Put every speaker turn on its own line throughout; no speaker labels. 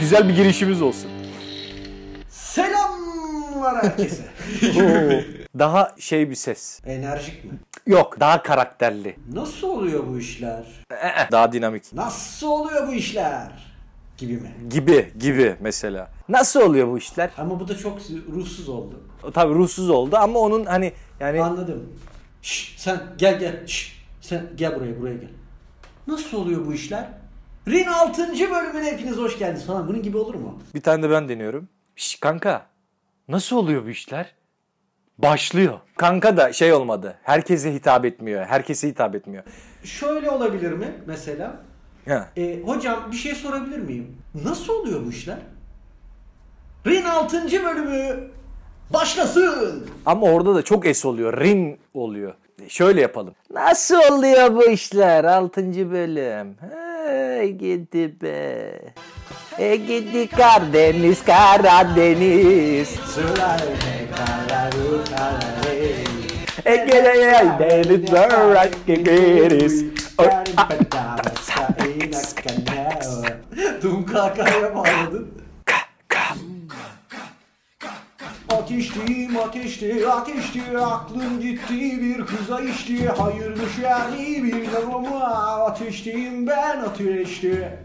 güzel bir girişimiz olsun.
Selamlar herkese.
daha şey bir ses.
Enerjik mi?
Yok, daha karakterli.
Nasıl oluyor bu işler?
Ee, Daha dinamik.
Nasıl oluyor bu işler? Gibi mi?
Gibi, gibi mesela. Nasıl oluyor bu işler?
Ama bu da çok ruhsuz oldu. E,
Tabii ruhsuz oldu ama onun hani yani
Anladım. Şş, sen gel gel. Şş, sen gel buraya buraya gel. Nasıl oluyor bu işler? Rin 6. bölümüne hepiniz hoş geldiniz falan. Bunun gibi olur mu?
bir tane de ben deniyorum. Şş, kanka, nasıl oluyor bu işler? Başlıyor. Kanka da şey olmadı. Herkese hitap etmiyor. Herkese hitap etmiyor.
Şöyle olabilir mi mesela?
Ha.
E, hocam bir şey sorabilir miyim? Nasıl oluyor bu işler? Rin 6. bölümü başlasın.
Ama orada da çok es oluyor. Rin oluyor. E, Şöyle yapalım. Nasıl oluyor bu işler? 6. bölüm. Ha, gidi be. E gidi Karadeniz, Karadeniz. E gele gel deniz, zorak gideriz. O-
Dum kakaya bağladın. Ateşti, ateşti, ateşti, aklım gitti bir kıza içti, hayırmış yani bir lavama, ateştiyim ben ateşti.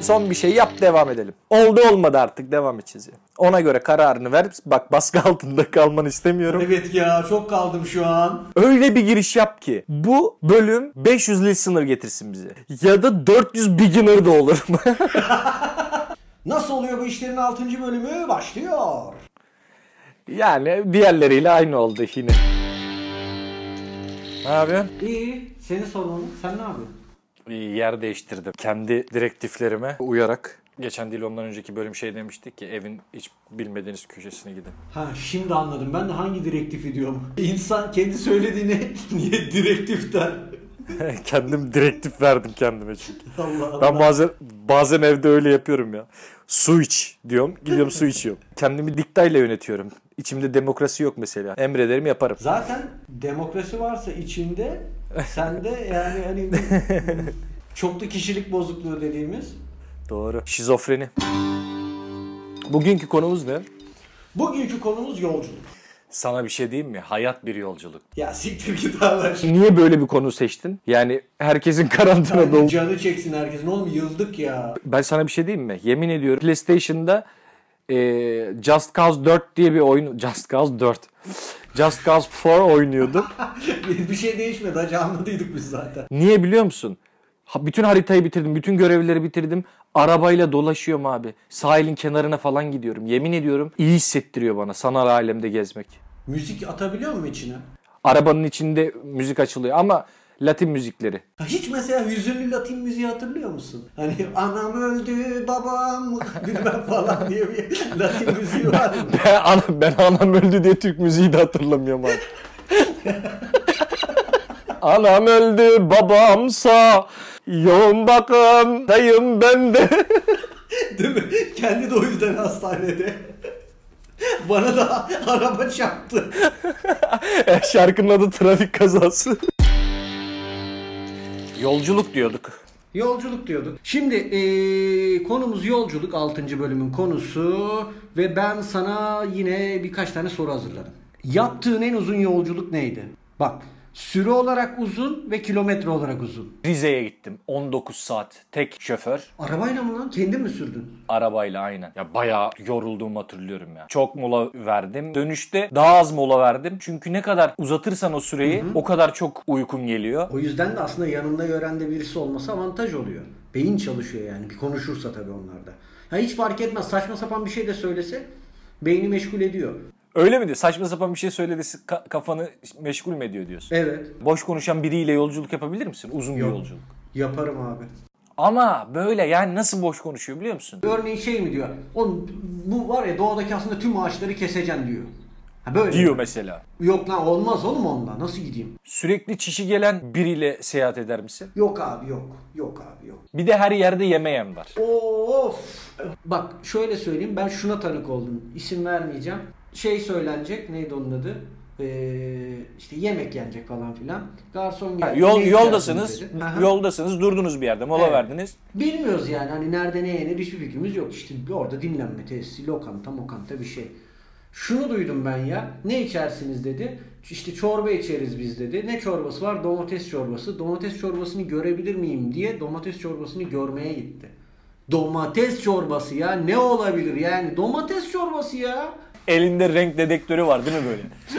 Son bir şey yap devam edelim. Oldu olmadı artık devam edeceğiz. ya. Ona göre kararını ver. Bak baskı altında kalmanı istemiyorum.
Evet ya çok kaldım şu an.
Öyle bir giriş yap ki bu bölüm 500 listener getirsin bize. Ya da 400 beginner da olur.
Nasıl oluyor bu işlerin 6. bölümü başlıyor.
Yani diğerleriyle aynı oldu yine. Ne yapıyorsun?
İyi, seni soralım. Sen ne yapıyorsun?
Yer değiştirdim. Kendi direktiflerime uyarak. Geçen değil ondan önceki bölüm şey demiştik ki evin hiç bilmediğiniz köşesine gidin.
Ha şimdi anladım. Ben de hangi direktifi diyorum. İnsan kendi söylediğine niye direktif der?
Kendim direktif verdim kendime çünkü.
Allah Allah.
Ben bazen bazen evde öyle yapıyorum ya. Su iç diyorum. Gidiyorum su içiyorum. Kendimi diktayla yönetiyorum. İçimde demokrasi yok mesela. Emrederim yaparım.
Zaten demokrasi varsa içinde sende yani hani çoklu kişilik bozukluğu dediğimiz.
Doğru. Şizofreni. Bugünkü konumuz ne?
Bugünkü konumuz yolculuk.
Sana bir şey diyeyim mi? Hayat bir yolculuk.
Ya siktir git Allah
Niye böyle bir konu seçtin? Yani herkesin karantinada
aşkına.
olduğu.
Canı çeksin herkesin. Oğlum yıldık ya.
Ben sana bir şey diyeyim mi? Yemin ediyorum PlayStation'da eee, Just Cause 4 diye bir oyun... Just Cause 4. Just Cause 4 oynuyordum.
Bir şey değişmedi. Hacı anladıydık biz zaten.
Niye biliyor musun? Ha- Bütün haritayı bitirdim, bütün görevleri bitirdim. Arabayla dolaşıyorum abi. Sahilin kenarına falan gidiyorum. Yemin ediyorum iyi hissettiriyor bana sanal alemde gezmek.
Müzik atabiliyor mu içine?
Arabanın içinde müzik açılıyor ama Latin müzikleri.
Ya Hiç mesela hüzünlü Latin müziği hatırlıyor musun? Hani anam öldü, babam bilmem falan diye bir Latin müziği var.
Ben, ana- ben anam öldü diye Türk müziği de hatırlamıyorum abi. anam öldü babamsa yoğun bakımdayım ben de.
Değil mi? Kendi de o yüzden hastanede. Bana da araba çarptı.
Şarkının adı trafik kazası. Yolculuk diyorduk.
Yolculuk diyorduk. Şimdi eee, konumuz yolculuk 6. bölümün konusu ve ben sana yine birkaç tane soru hazırladım. Yaptığın en uzun yolculuk neydi? Bak süre olarak uzun ve kilometre olarak uzun.
Rize'ye gittim. 19 saat tek şoför
Arabayla mı lan? Kendin mi sürdün?
arabayla aynen. Ya bayağı yorulduğumu hatırlıyorum ya. Çok mola verdim. Dönüşte daha az mola verdim. Çünkü ne kadar uzatırsan o süreyi o kadar çok uykum geliyor.
O yüzden de aslında yanında yörende birisi olması avantaj oluyor. Beyin çalışıyor yani. Bir konuşursa tabii onlarda. Ha hiç fark etmez. Saçma sapan bir şey de söylese beyni meşgul ediyor.
Öyle mi diyor? Saçma sapan bir şey söyledi ka- kafanı meşgul mü ediyor diyorsun?
Evet.
Boş konuşan biriyle yolculuk yapabilir misin? Uzun bir
Yok.
yolculuk.
Yaparım abi.
Ama böyle yani nasıl boş konuşuyor biliyor musun?
Örneğin şey mi diyor? Oğlum bu var ya doğadaki aslında tüm ağaçları keseceksin diyor. Ha böyle.
Diyor mesela.
Yok lan olmaz oğlum onunla. Nasıl gideyim?
Sürekli çişi gelen biriyle seyahat eder misin?
Yok abi yok. Yok abi yok.
Bir de her yerde yemeyen var.
Of. Bak şöyle söyleyeyim ben şuna tanık oldum. İsim vermeyeceğim. Şey söylenecek neydi onun adı? Ee, işte yemek yenecek falan filan. Garson
Ha,
geldi.
Yol,
"Ne
yoldasınız,
içersiniz?" dedi. Aha.
yoldasınız, durdunuz bir yerde, mola
Evet.
verdiniz.
Bilmiyoruz yani hani nerede ne yenir hiçbir fikrimiz yok. İşte bir orada dinlenme tesisi, lokanta, mokanta bir şey. Şunu duydum ben ya. Ne içersiniz dedi. İşte çorba içeriz biz dedi. Ne çorbası var? Domates çorbası. Domates çorbasını görebilir miyim diye domates çorbasını görmeye gitti. Domates çorbası ya ne olabilir yani domates çorbası ya.
Elinde renk dedektörü var değil mi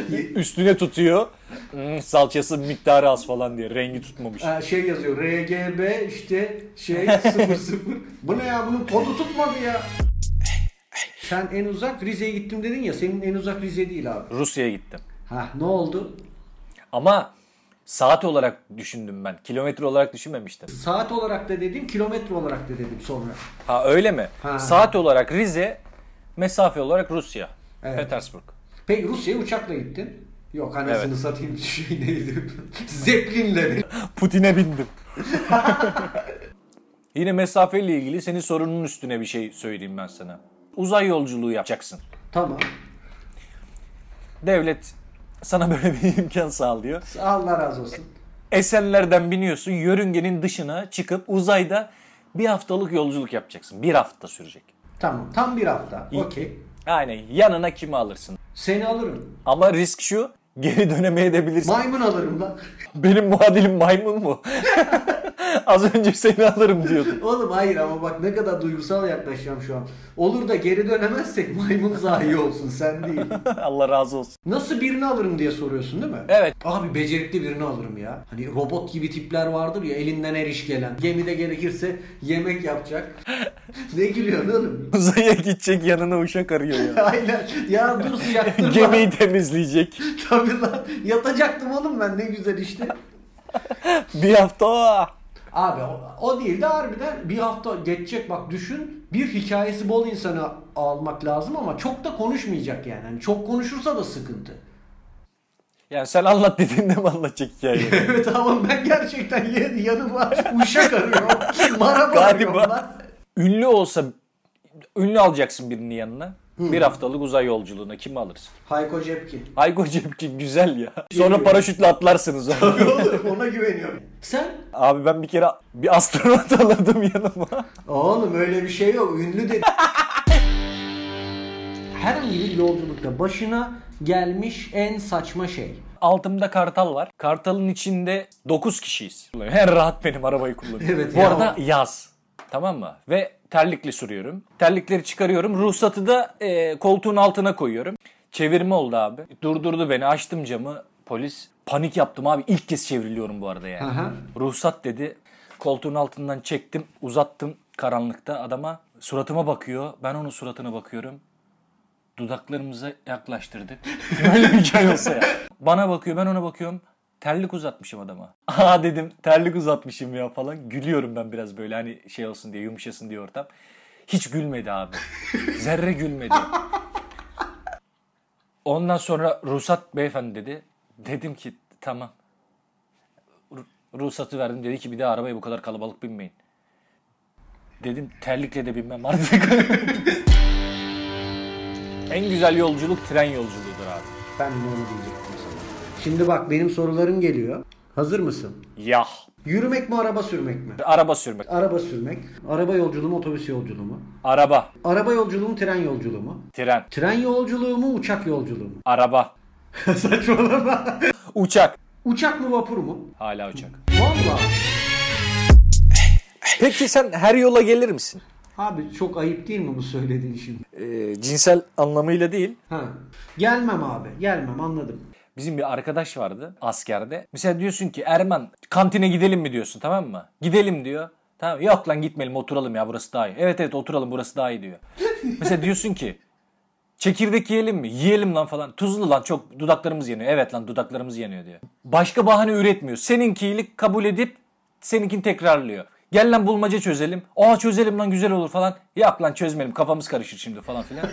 böyle? Üstüne tutuyor. Hmm, salçası miktarı az falan diye rengi tutmamış.
Ee, şey yazıyor RGB işte şey 00. Bu ne ya bunun kodu tutmadı ya. Sen en uzak Rize'ye gittim dedin ya senin en uzak Rize değil abi.
Rusya'ya gittim.
Ha ne oldu?
Ama saat olarak düşündüm ben. Kilometre olarak düşünmemiştim.
Saat olarak da dedim kilometre olarak da dedim sonra.
Ha öyle mi?
Ha.
Saat olarak Rize, mesafe olarak Rusya.
Evet.
Petersburg.
Peki Rusya'ya uçakla gittin. Yok anasını
Evet.
satayım şey neydi? Zeplinle mi?
Putin'e bindim. Yine mesafeyle ilgili senin sorunun üstüne bir şey söyleyeyim ben sana. Uzay yolculuğu yapacaksın.
Tamam.
Devlet sana böyle bir imkan sağlıyor.
Allah razı olsun.
Esenler'den biniyorsun, yörüngenin dışına çıkıp uzayda bir haftalık yolculuk yapacaksın. Bir hafta sürecek.
Tamam. Tam bir hafta. Okey.
Aynen yanına kimi alırsın?
Seni alırım.
Ama risk şu, geri dönemeyebilirsin.
Maymun alırım lan.
Benim muadilim maymun mu? Az önce seni alırım diyordun.
Oğlum hayır ama bak ne kadar duygusal yaklaşacağım şu an. Olur da geri dönemezsek maymun zayi olsun sen değil.
Allah razı olsun.
Nasıl birini alırım diye soruyorsun değil mi?
Evet.
Abi becerikli birini alırım ya. Hani robot gibi tipler vardır ya elinden her iş gelen. Gemide gerekirse yemek yapacak. ne gülüyorsun oğlum?
Uzaya gidecek yanına uşak arıyor ya.
Aynen. Ya dur sıcaktır
Gemiyi temizleyecek.
Tabii lan. Yatacaktım oğlum ben ne güzel işte.
Bir hafta aa!
Abi o, o değil de harbiden bir hafta geçecek bak düşün. Bir hikayesi bol insanı almak lazım ama çok da konuşmayacak yani. Hani çok konuşursa da sıkıntı.
Yani sen anlat dediğinde mi anlatacak hikayeyi?
evet ama ben gerçekten yan- yanıma uşak arıyorum. Maraba arıyorum
Galiba.
lan.
ünlü olsa ünlü alacaksın birinin yanına. Bir haftalık uzay yolculuğuna kimi alırsın?
Hayko Cepkin.
Aygo Cepkin güzel ya. Sonra paraşütle atlarsınız.
Oğlum ona güveniyorum. Sen?
Abi ben bir kere bir astronot aladım yanıma.
Oğlum öyle bir şey yok. Ünlü de... Herhangi bir yolculukta başına gelmiş en saçma şey.
Altımda kartal var. Kartalın içinde 9 kişiyiz. En rahat benim arabayı kullanıyorum.
Evet
Bu
ya.
arada yaz. Tamam mı? Ve terlikli sürüyorum. Terlikleri çıkarıyorum. Ruhsatı da e, koltuğun altına koyuyorum. Çevirme oldu abi. Durdurdu beni. Açtım camı. Polis. Panik yaptım abi. İlk kez çevriliyorum bu arada yani.
Aha.
Ruhsat dedi. Koltuğun altından çektim. Uzattım karanlıkta adama. Suratıma bakıyor. Ben onun suratına bakıyorum dudaklarımıza yaklaştırdık. Böyle bir hikaye olsa ya. Bana bakıyor ben ona bakıyorum. Terlik uzatmışım adama. Aa dedim terlik uzatmışım ya falan. Gülüyorum ben biraz böyle hani şey olsun diye yumuşasın diye ortam. Hiç gülmedi abi. Zerre gülmedi. Ondan sonra ruhsat beyefendi dedi. Dedim ki tamam. Ru- Ruhsatı verdim dedi ki bir daha arabaya bu kadar kalabalık binmeyin. Dedim terlikle de binmem artık. En güzel yolculuk tren yolculuğudur abi.
Ben de onu diyecektim sana. Şimdi bak benim sorularım geliyor. Hazır mısın?
Yah.
Yürümek mi araba sürmek mi?
Araba sürmek.
Araba sürmek. Araba yolculuğu mu otobüs yolculuğu mu?
Araba.
Araba yolculuğu mu tren yolculuğu mu?
Tren.
Tren yolculuğu mu uçak yolculuğu mu?
Araba.
Saçmalama.
Uçak.
Uçak mı vapur mu?
Hala uçak.
Vallahi.
Peki sen her yola gelir misin?
Abi çok ayıp değil mi bu söylediğin şimdi?
Ee, cinsel anlamıyla değil.
Ha. Gelmem abi. Gelmem anladım.
Bizim bir arkadaş vardı askerde. Mesela diyorsun ki Erman kantine gidelim mi diyorsun tamam mı? Gidelim diyor. Tamam yok lan gitmeyelim oturalım ya burası daha iyi. Evet evet oturalım burası daha iyi diyor. Mesela diyorsun ki çekirdek yiyelim mi? Yiyelim lan falan. Tuzlu lan çok dudaklarımız yanıyor. Evet lan dudaklarımız yanıyor diyor. Başka bahane üretmiyor. Seninkiyle kabul edip seninkini tekrarlıyor. Gel lan bulmaca çözelim. Aa çözelim lan güzel olur falan. Yap lan çözmeyelim kafamız karışır şimdi falan filan.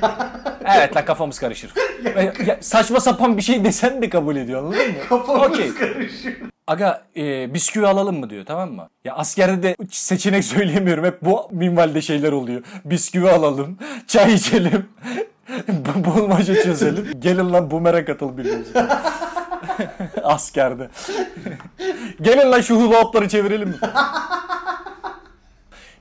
evet lan kafamız karışır. Ya- ya saçma sapan bir şey desen de kabul ediyor anladın mı?
Kafamız
Okey.
karışıyor.
Aga e, bisküvi alalım mı diyor tamam mı? Ya askerde de seçenek söyleyemiyorum. Hep bu minvalde şeyler oluyor. Bisküvi alalım, çay içelim, Bu- Bulmaca çözelim. Gelin lan bumerang atıl birbirimize. Askerde. Gelin lan şu hula hopları çevirelim. mi?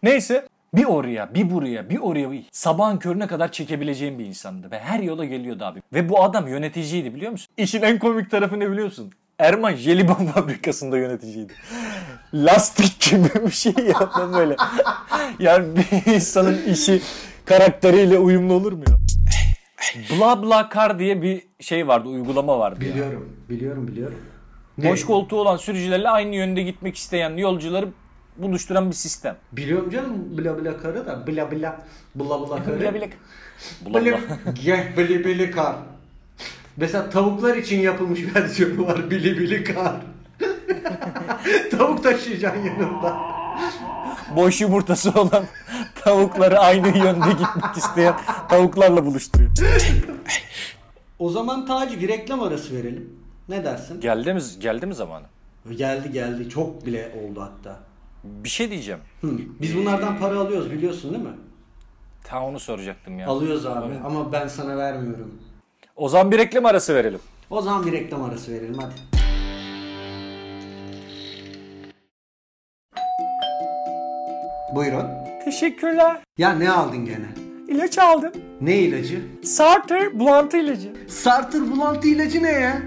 Neyse bir oraya bir buraya bir oraya bir- sabahın körüne kadar çekebileceğim bir insandı ve her yola geliyordu abi. Ve bu adam yöneticiydi biliyor musun? İşin en komik tarafı ne biliyorsun? Erman jelibon fabrikasında yöneticiydi. Lastik gibi bir şey yapmam böyle. Yani bir insanın işi karakteriyle uyumlu olur mu ya? Blablacar diye bir şey vardı, uygulama vardı. ya.
Biliyorum. Biliyorum biliyorum. Ne?
Boş koltuğu olan sürücülerle aynı yönde gitmek isteyen yolcuları buluşturan bir sistem.
Biliyorum canım bla bla karı da bla bla bla bla karı.
Bile bile.
Bili
Blabla.
Geh bili bili kar. Mesela tavuklar için yapılmış versiyonu var bili bili kar. Tavuk taşıyacaksın yanında.
Boş yumurtası olan tavukları aynı yönde gitmek isteyen tavuklarla buluşturuyor.
O zaman Taci bir reklam arası verelim. Ne dersin?
Geldi mi, geldi mi zamanı?
Geldi geldi çok bile oldu hatta.
Bir şey diyeceğim.
Hı. Biz bunlardan para alıyoruz biliyorsun değil mi?
Ta onu soracaktım ya.
Alıyoruz abi ama ben sana vermiyorum.
O zaman bir reklam arası verelim.
O zaman bir reklam arası verelim hadi. Buyurun.
Teşekkürler.
Ya ne aldın gene?
İlaç aldım.
Ne ilacı?
Sartre bulantı ilacı.
Sartır bulantı ilacı ne ya?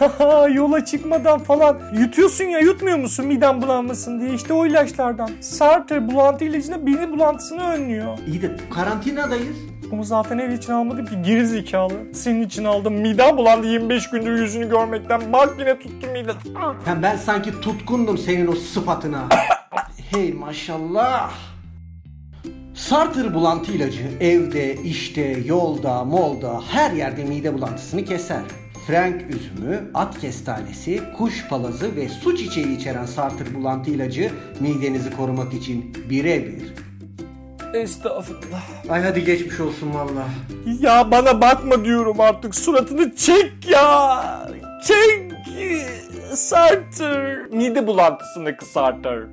Ya yola çıkmadan falan yutuyorsun ya yutmuyor musun midem bulanmasın diye işte o ilaçlardan. Sartre bulantı ilacına beni bulantısını önlüyor.
İyi de karantinadayız.
Bunu zaten ev için almadım ki geri zekalı. Senin için aldım midem bulandı 25 gündür yüzünü görmekten bak yine tuttu midem.
Ha, ben sanki tutkundum senin o sıfatına. hey maşallah. Sartır bulantı ilacı evde, işte, yolda, molda her yerde mide bulantısını keser. Frank üzümü, at kestanesi, kuş palazı ve su çiçeği içeren sartır bulantı ilacı midenizi korumak için birebir.
Estağfurullah.
Ay hadi geçmiş olsun valla.
Ya bana bakma diyorum artık suratını çek ya. Çek. Sartre. Mide bulantısını kısartır.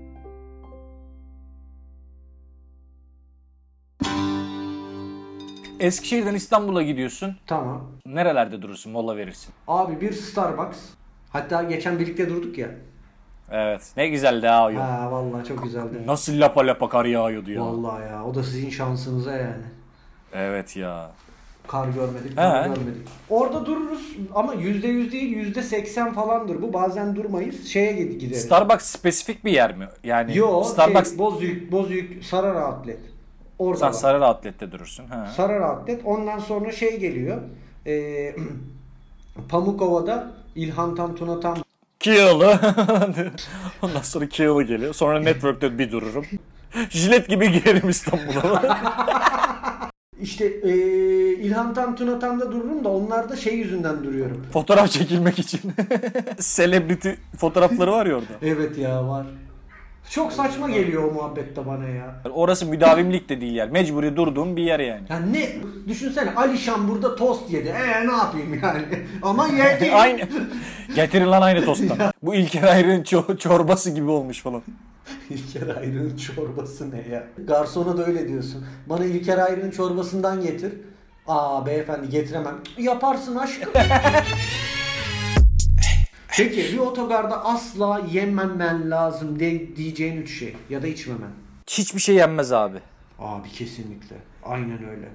Eskişehir'den İstanbul'a gidiyorsun.
Tamam.
Nerelerde durursun? Mola verirsin.
Abi bir Starbucks. Hatta geçen birlikte durduk ya.
Evet. Ne güzel de ağıyor.
Ha vallahi çok güzeldi.
Nasıl lapa lapa kar yağıyordu ya.
Vallahi ya o da sizin şansınıza yani.
Evet ya.
Kar görmedik,
He.
kar görmedik. Orada dururuz ama yüzde yüz değil yüzde seksen falandır bu. Bazen durmayız şeye gid- gideriz.
Starbucks spesifik bir yer mi? Yani
Yo,
Starbucks
şey, Bozüyük, Bozüyük, Sarara Atlet. Orada
sen
var.
Sarı Atlet'te durursun. Ha.
Sarara Atlet. Ondan sonra şey geliyor. Ee, Pamukova'da İlhan Tam Tuna Tam
Kiyalı. Ondan sonra Kiyalı geliyor. Sonra Network'te bir dururum. Jilet gibi girerim İstanbul'a.
İşte ee, İlhan Tam Tuna Tam'da dururum da onlarda şey yüzünden duruyorum.
Fotoğraf çekilmek için. Celebrity fotoğrafları var ya orada.
Evet ya var. Çok saçma geliyor o muhabbette bana ya.
Orası müdavimlik de değil yer. Mecburi durduğum bir yer yani.
Ya ne düşünsene Alişan burada tost yedi. Ee ne yapayım yani? Ama yedi.
aynı. Getirin lan aynı tosttan. Bu İlker Ayrı'nın ço- çorbası gibi olmuş falan.
İlker Ayrı'nın çorbası ne ya? Garsona da öyle diyorsun. Bana İlker Ayrı'nın çorbasından getir. Aa beyefendi getiremem. Yaparsın aşkım. Peki bir otogarda asla yememen lazım de, diyeceğin üç şey ya da içmemen.
Hiçbir şey yenmez abi.
Abi kesinlikle. Aynen öyle.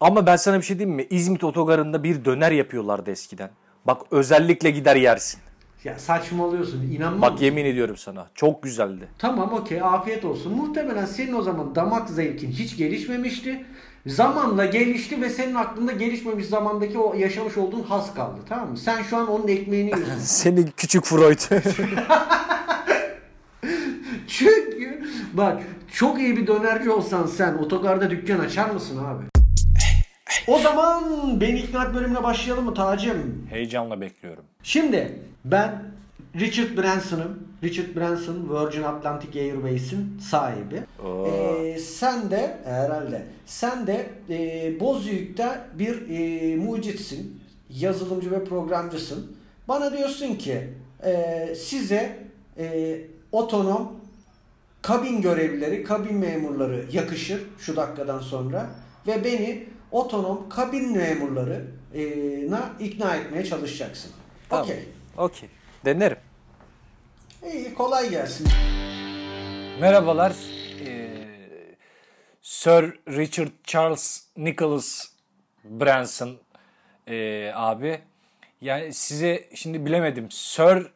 Ama ben sana bir şey diyeyim mi? İzmit otogarında bir döner yapıyorlardı eskiden. Bak özellikle gider yersin.
Ya saçmalıyorsun inanmam.
Bak yemin ediyorum sana. Çok güzeldi.
Tamam okey afiyet olsun. Muhtemelen senin o zaman damak zevkin hiç gelişmemişti. Zamanla gelişti ve senin aklında gelişmemiş zamandaki o yaşamış olduğun has kaldı tamam mı? Sen şu an onun ekmeğini yiyorsun.
Senin küçük Freud.
Çünkü bak çok iyi bir dönerci olsan sen otogarda dükkan açar mısın abi? O zaman beni ikna et bölümüne başlayalım mı Tacım?
Heyecanla bekliyorum.
Şimdi ben Richard Branson'ım. Richard Branson Virgin Atlantic Airways'in sahibi. Ee, sen de herhalde sen de e, Bozüyük'te bir e, mucitsin. Yazılımcı ve programcısın. Bana diyorsun ki e, size e, otonom kabin görevlileri, kabin memurları yakışır şu dakikadan sonra ve beni otonom kabin memurlarına ikna etmeye çalışacaksın.
Tamam.
Okey.
Okey. Denerim.
İyi kolay gelsin.
Merhabalar. Ee, Sir Richard Charles Nicholas Branson ee, abi. Yani size şimdi bilemedim. Sir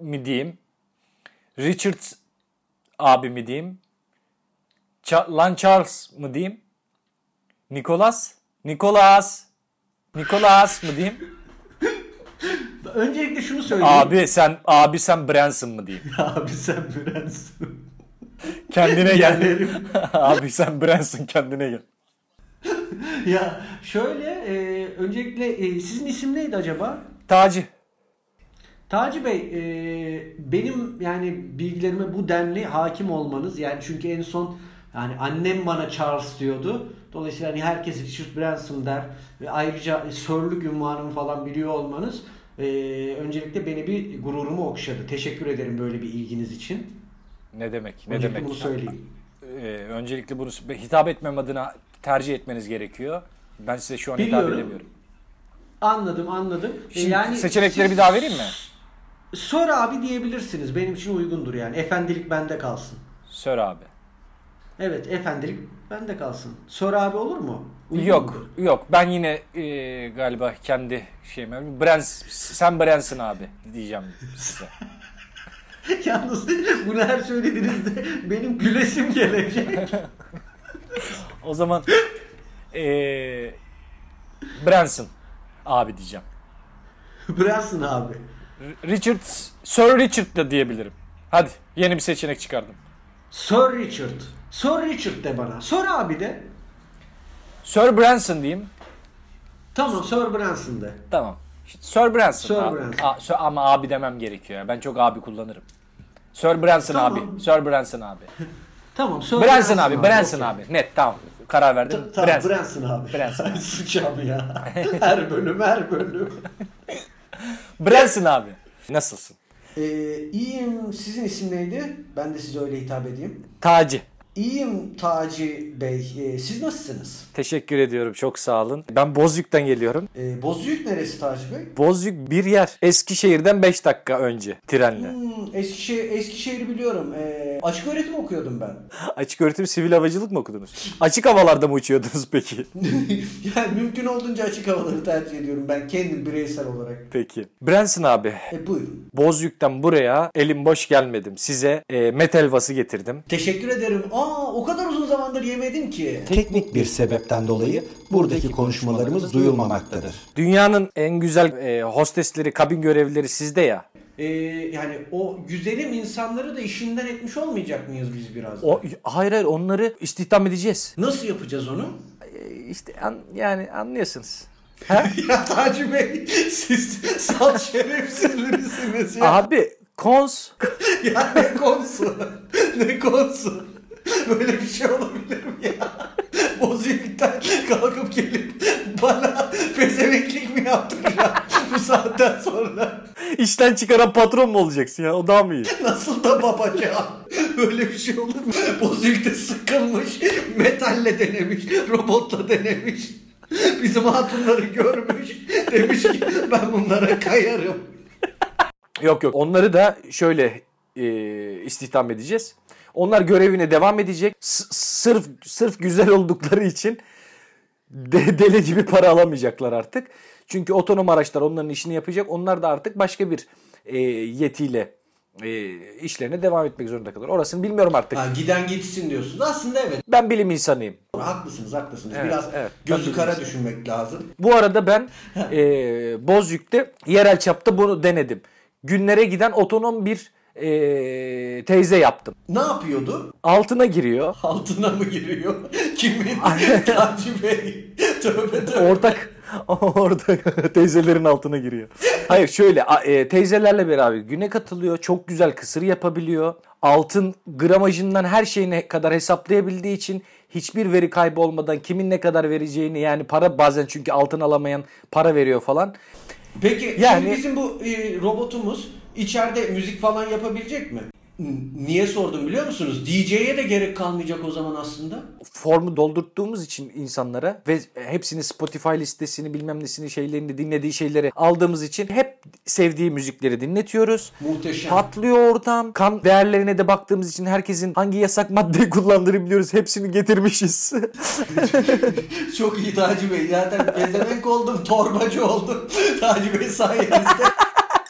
mi diyeyim? Richard abi mi diyeyim? Ça- Lan Charles mı diyeyim? Nicholas? Nicholas? Nicholas mı diyeyim?
Öncelikle şunu söyleyeyim.
Abi sen abi sen Branson mı diyeyim?
Abi sen Brens'in.
Kendine gel.
Gelirim.
abi sen Branson kendine gel.
ya şöyle e, öncelikle e, sizin isim neydi acaba?
Taci.
Taci Bey, e, benim yani bilgilerime bu denli hakim olmanız yani çünkü en son yani annem bana Charles diyordu. Dolayısıyla hani herkes Richard Branson der ve ayrıca Sörlük ünvanımı falan biliyor olmanız e, öncelikle beni bir gururumu okşadı. Teşekkür ederim böyle bir ilginiz için.
Ne demek? Ne
Öncelikle
demek?
bunu söyleyeyim.
Ee, öncelikle bunu hitap etmem adına tercih etmeniz gerekiyor. Ben size şu an hitap
Biliyorum.
edemiyorum.
Anladım anladım. E,
Şimdi seçenekleri bir daha vereyim mi?
Sör abi diyebilirsiniz. Benim için uygundur yani. Efendilik bende kalsın.
Sör abi.
Evet efendilik bende kalsın. Sör abi olur mu? Uygun mudur?
Yok, yok. Ben yine e, galiba kendi şeyim. Brans, sen Branson abi diyeceğim size.
Yalnız bunu her söylediğinizde benim gülesim gelecek.
O zaman e, Branson abi diyeceğim.
Branson abi.
R- Richard, Sir Richard da diyebilirim. Hadi yeni bir seçenek çıkardım.
Sir Richard. Sir Richard de bana. Sir abi de.
Sir Branson diyeyim.
Tamam Sir Branson de.
Tamam. Sir Branson.
Sir
abi.
Branson.
A- Sir- ama abi demem gerekiyor. ya. Ben çok abi kullanırım. Sir Branson
Tamam.
abi. Sir Branson abi.
Tamam Sir
Branson abi. Branson
Okey.
abi. Net tamam. Karar verdim.
Tamam
Branson.
Branson, abi.
Branson abi.
Sıçam ya. her bölüm her bölüm.
Branson abi. Nasılsın?
Ee, iyiyim. Sizin isim neydi? Ben de size öyle hitap edeyim.
Taci.
İyiyim Taci Bey. Ee, siz nasılsınız?
Teşekkür ediyorum. Çok sağ olun. Ben Bozüyük'ten geliyorum.
Ee, Bozüyük neresi Taci Bey?
Bozüyük bir yer. Eskişehir'den 5 dakika önce trenle.
Hmm, Eskişehir, Eskişehir'i biliyorum. Ee, açık öğretim okuyordum ben.
Açık öğretim sivil havacılık mı okudunuz? Açık havalarda mı uçuyordunuz peki?
yani mümkün olduğunca açık havaları tercih ediyorum ben kendim bireysel olarak.
Peki. Branson abi.
E buyurun.
Bozüyük'ten buraya elim boş gelmedim. Size e, met helvası getirdim.
Teşekkür ederim. Aa o kadar uzun zamandır yemedim ki.
Teknik bir sebepten dolayı buradaki konuşmalarımız duyulmamaktadır.
Dünyanın en güzel e, hostesleri, kabin görevlileri sizde ya.
Ee, yani o güzelim insanları da işinden etmiş olmayacak mıyız biz biraz? da?
O, hayır hayır onları istihdam edeceğiz. E,
Nasıl yapacağız onu?
işte yani anlıyorsunuz.
ya Taci Bey siz salt şerefsizlerisiniz ya.
Abi kons
Ya ne konusu? ne konusu? Böyle bir şey olabilir mi ya? Bozüyük'ten kalkıp gelip bana pezevenklik mi yaptın ya? Bu saatten sonra
işten çıkaran patron mu olacaksın ya? O daha mı iyi?
nasıl da babacan? Böyle bir şey olur mu? Bozüyük'te sıkılmış, metalle denemiş, robotla denemiş. Bizim hatunları görmüş. Demiş ki ben bunlara kayarım.
Yok yok onları da şöyle e, istihdam edeceğiz. Onlar görevine devam edecek. S- sırf sırf güzel oldukları için de- deli gibi para alamayacaklar artık. Çünkü otonom araçlar onların işini yapacak. Onlar da artık başka bir e, yetiyle e, işlerine devam etmek zorunda kalır. Orasını bilmiyorum artık.
Ha, giden gitsin diyorsunuz. Aslında evet.
Ben bilim insanıyım.
Haklısınız, haklısınız.
Evet,
Biraz
evet.
gözü
Tabii
kara düşünmek lazım.
Bu arada ben e, Bozüyük'te yerel çapta bunu denedim. Günlere giden otonom bir e, teyze yaptım.
Ne yapıyordu?
Altına giriyor.
Altına mı giriyor? Kimin? Taci Bey. Tövbe tövbe.
Ortak ortak teyzelerin altına giriyor. Hayır şöyle a- e, teyzelerle beraber güne katılıyor. Çok güzel kısır yapabiliyor. Altın gramajından her şeyine kadar hesaplayabildiği için hiçbir veri kaybı olmadan kimin ne kadar vereceğini yani para bazen çünkü altın alamayan para veriyor falan.
Peki
Yani-
şimdi bizim bu e, robotumuz içeride müzik falan yapabilecek mi? Niye sordum biliyor musunuz? DJ'ye de gerek kalmayacak o zaman aslında.
formu doldurttuğumuz için insanlara ve hepsini Spotify listesini bilmem nesini şeylerini dinlediği şeyleri aldığımız için hep sevdiği müzikleri dinletiyoruz.
Muhteşem.
Patlıyor ortam. Kan değerlerine de baktığımız için herkesin hangi yasak maddeyi kullandığını biliyoruz. Hepsini getirmişiz.
Çok iyi Taci Bey. Zaten pezevenk oldum, torbacı oldum. Taci Bey sayenizde.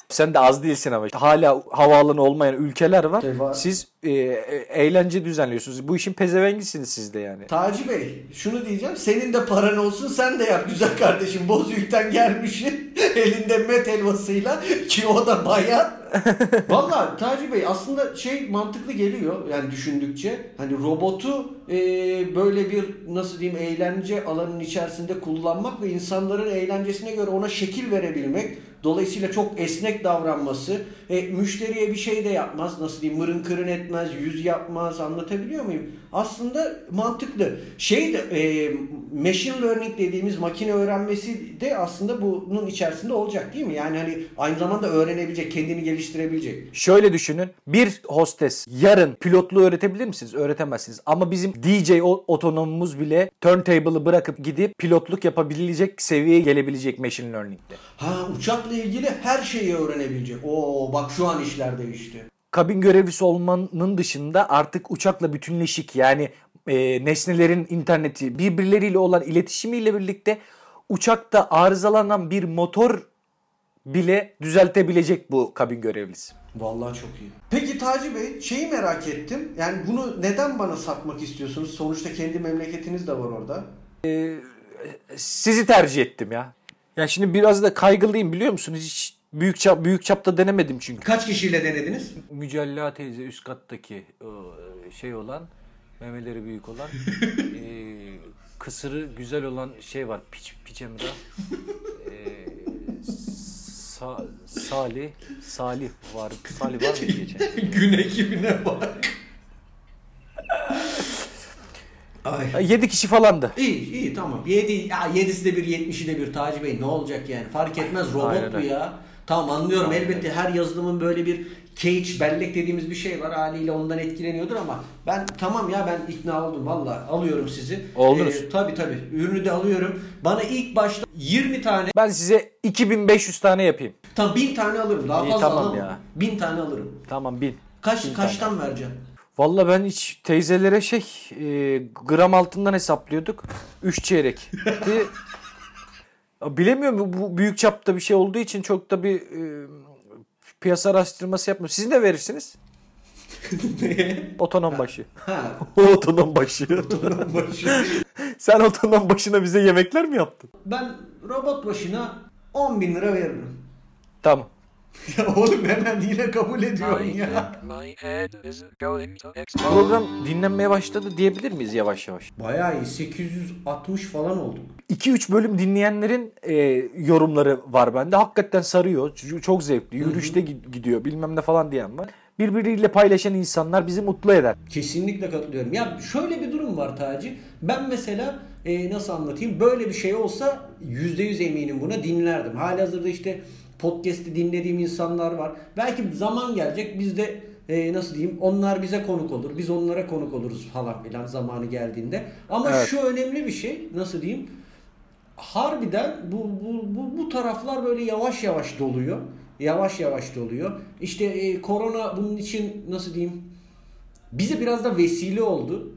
Sen de az değilsin ama. Hala havaalanı olmayan ülkeler var.
Şey var.
Siz e, e, eğlence düzenliyorsunuz. Bu işin pezevengisiniz siz de yani.
Taci Bey şunu diyeceğim. Senin de paran olsun sen de yap güzel kardeşim. Bozüyük'ten gelmiş elinde met helvasıyla ki o da bayan. Valla Taci Bey aslında şey mantıklı geliyor yani düşündükçe. Hani robotu e, böyle bir nasıl diyeyim eğlence alanının içerisinde kullanmak ve insanların eğlencesine göre ona şekil verebilmek. Dolayısıyla çok esnek davranması. E, müşteriye bir şey de yapmaz. Nasıl diyeyim mırın kırın etmez, yüz yapmaz. Anlatabiliyor muyum? Aslında mantıklı. Şey de e, machine learning dediğimiz makine öğrenmesi de aslında bunun içerisinde olacak değil mi? Yani hani aynı zamanda öğrenebilecek, kendini geliştirebilecek.
Şöyle düşünün. Bir hostes yarın pilotluğu öğretebilir misiniz? Öğretemezsiniz. Ama bizim DJ o- otonomumuz bile turntable'ı bırakıp gidip pilotluk yapabilecek seviyeye gelebilecek machine learning'de.
Ha uçakla ilgili her şeyi öğrenebilecek. Oo bak şu an işler değişti.
Kabin görevlisi olmanın dışında artık uçakla bütünleşik yani e, nesnelerin interneti birbirleriyle olan iletişimiyle birlikte uçakta arızalanan bir motor bile düzeltebilecek bu kabin görevlisi.
Vallahi çok iyi. Peki Taci Bey şeyi merak ettim. Yani bunu neden bana satmak istiyorsunuz? Sonuçta kendi memleketiniz de var orada.
sizi tercih ettim ya. Ya şimdi biraz da kaygılıyım biliyor musunuz? Hiç büyük çap, büyük çapta denemedim çünkü.
Kaç kişiyle denediniz?
Mücella teyze üst kattaki e, şey olan, memeleri büyük olan, e, kısırı güzel olan şey var. Piç, piç Emrah. E, Sa- Salih, Salih var. Salih var mı geçen?
Gün ekibine bak. Ay.
7 kişi falandı.
İyi iyi tamam. 7 ya 7'si de bir 70'i de bir Taci Bey ne olacak yani fark etmez robot
Aynen
bu
öyle.
ya. Tamam anlıyorum elbette her yazılımın böyle bir cage bellek dediğimiz bir şey var haliyle ondan etkileniyordur ama ben tamam ya ben ikna oldum valla alıyorum sizi.
Oldunuz.
Tabi tabii tabii ürünü de alıyorum. Bana ilk başta 20 tane
Ben size 2500 tane yapayım.
tam 1000 tane alırım daha
İyi,
fazla
tamam
alamam.
ya.
1000 tane alırım.
Tamam bin.
Kaç
Bin tane.
kaçtan vereceğim?
Valla ben hiç teyzelere şey e, gram altından hesaplıyorduk. 3 çeyrek. Di- Ya Bilemiyorum bu- bu büyük çapta bir şey olduğu için çok da bir e, piyasa araştırması yapmıyorum. Siz ne verirsiniz? Otonom başı.
ha.
O otonom başı.
başı.
Sen otonom başına bize yemekler mi yaptın?
Ben robot başına 10 bin lira veririm.
Tamam.
Ya oğlum hemen yine kabul ediyorsun
My,
ya.
my head is going to explode.
Program dinlenmeye başladı diyebilir miyiz yavaş yavaş?
Bayağı iyi 860 falan olduk.
2-3 bölüm dinleyenlerin e, yorumları var bende. Hakikaten sarıyor. Ç- Çok zevkli. Yürüyüşte gi- gidiyor bilmem ne falan diyen var. Birbiriyle paylaşan insanlar bizi mutlu eder.
Kesinlikle katılıyorum. Ya şöyle bir durum var Taci. Ben mesela e, nasıl anlatayım böyle bir şey olsa %100 eminim buna dinlerdim. Halihazırda işte podcast'i dinlediğim insanlar var. Belki zaman gelecek biz de e, nasıl diyeyim onlar bize konuk olur. Biz onlara konuk oluruz falan filan zamanı geldiğinde. Ama
Evet.
şu önemli bir şey nasıl diyeyim harbiden bu, bu, bu, bu taraflar böyle yavaş yavaş doluyor. Yavaş yavaş doluyor. İşte e, korona bunun için nasıl diyeyim bize biraz da vesile oldu.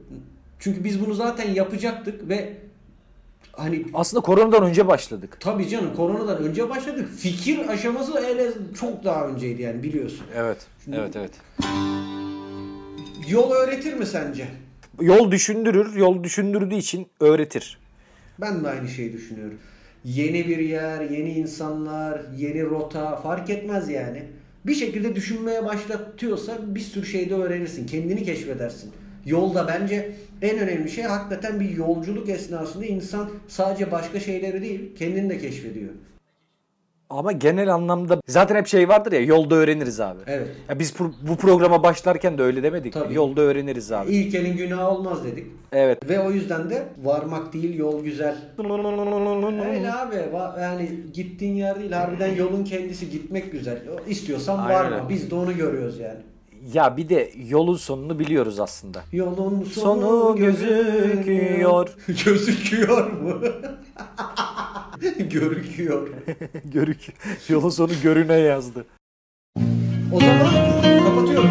Çünkü biz bunu zaten yapacaktık ve hani
Aslında koronadan önce başladık.
tabii canım koronadan önce başladık. Fikir aşaması öyle çok daha önceydi yani biliyorsun.
Evet. Evet evet.
Yol öğretir mi sence?
Yol düşündürür. Yol düşündürdüğü için öğretir.
Ben de aynı şeyi düşünüyorum. Yeni bir yer, yeni insanlar, yeni rota fark etmez yani. Bir şekilde düşünmeye başlatıyorsa bir sürü şey de öğrenirsin. Kendini keşfedersin. Yolda bence en önemli şey hakikaten bir yolculuk esnasında insan sadece başka şeyleri değil kendini de keşfediyor.
Ama genel anlamda zaten hep şey vardır ya yolda öğreniriz abi.
Evet.
Ya biz pro- bu programa başlarken de öyle demedik. mi?
Tabii.
Yolda öğreniriz abi.
İlk elin günahı olmaz dedik.
Evet.
Ve o yüzden de varmak değil yol güzel. Öyle abi va- yani gittiğin yer değil harbiden yolun kendisi gitmek güzel. O- İstiyorsan
Aynen
varma
öyle.
biz de onu görüyoruz yani.
Ya bir de yolun sonunu biliyoruz aslında.
Yolun sonu,
Sonu gözüküyor.
gözüküyor mu? Görüküyor.
Görük. Yolun sonu görüne yazdı.
O zaman kapatıyorum.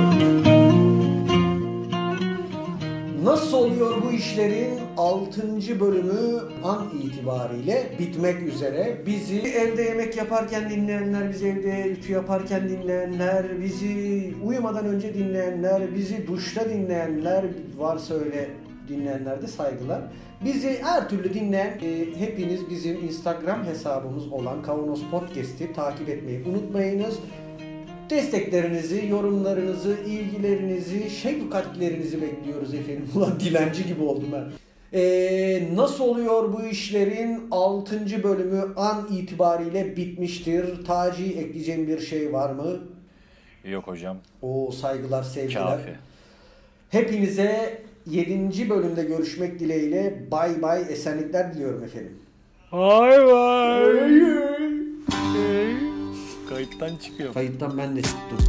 Nasıl oluyor bu işlerin 6. bölümü an itibariyle bitmek üzere. Bizi evde yemek yaparken dinleyenler, bizi evde ütü yaparken dinleyenler, bizi uyumadan önce dinleyenler, bizi duşta dinleyenler varsa öyle dinleyenlerde saygılar. Bizi her türlü dinleyen e, hepiniz bizim Instagram hesabımız olan Kavanoz Podcast'i takip etmeyi unutmayınız. Desteklerinizi, yorumlarınızı, ilgilerinizi, şefkatlerinizi bekliyoruz efendim. Ulan dilenci gibi oldum ben. Ee, nasıl oluyor bu işlerin 6. bölümü an itibariyle bitmiştir. Taci ekleyeceğim bir şey var mı?
Yok hocam.
O saygılar, sevgiler.
Kafi.
Hepinize 7. bölümde görüşmek dileğiyle bay bay esenlikler diliyorum efendim.
Bay bay. Kayıttan çıkıyor.
Kayıttan ben de çıktım.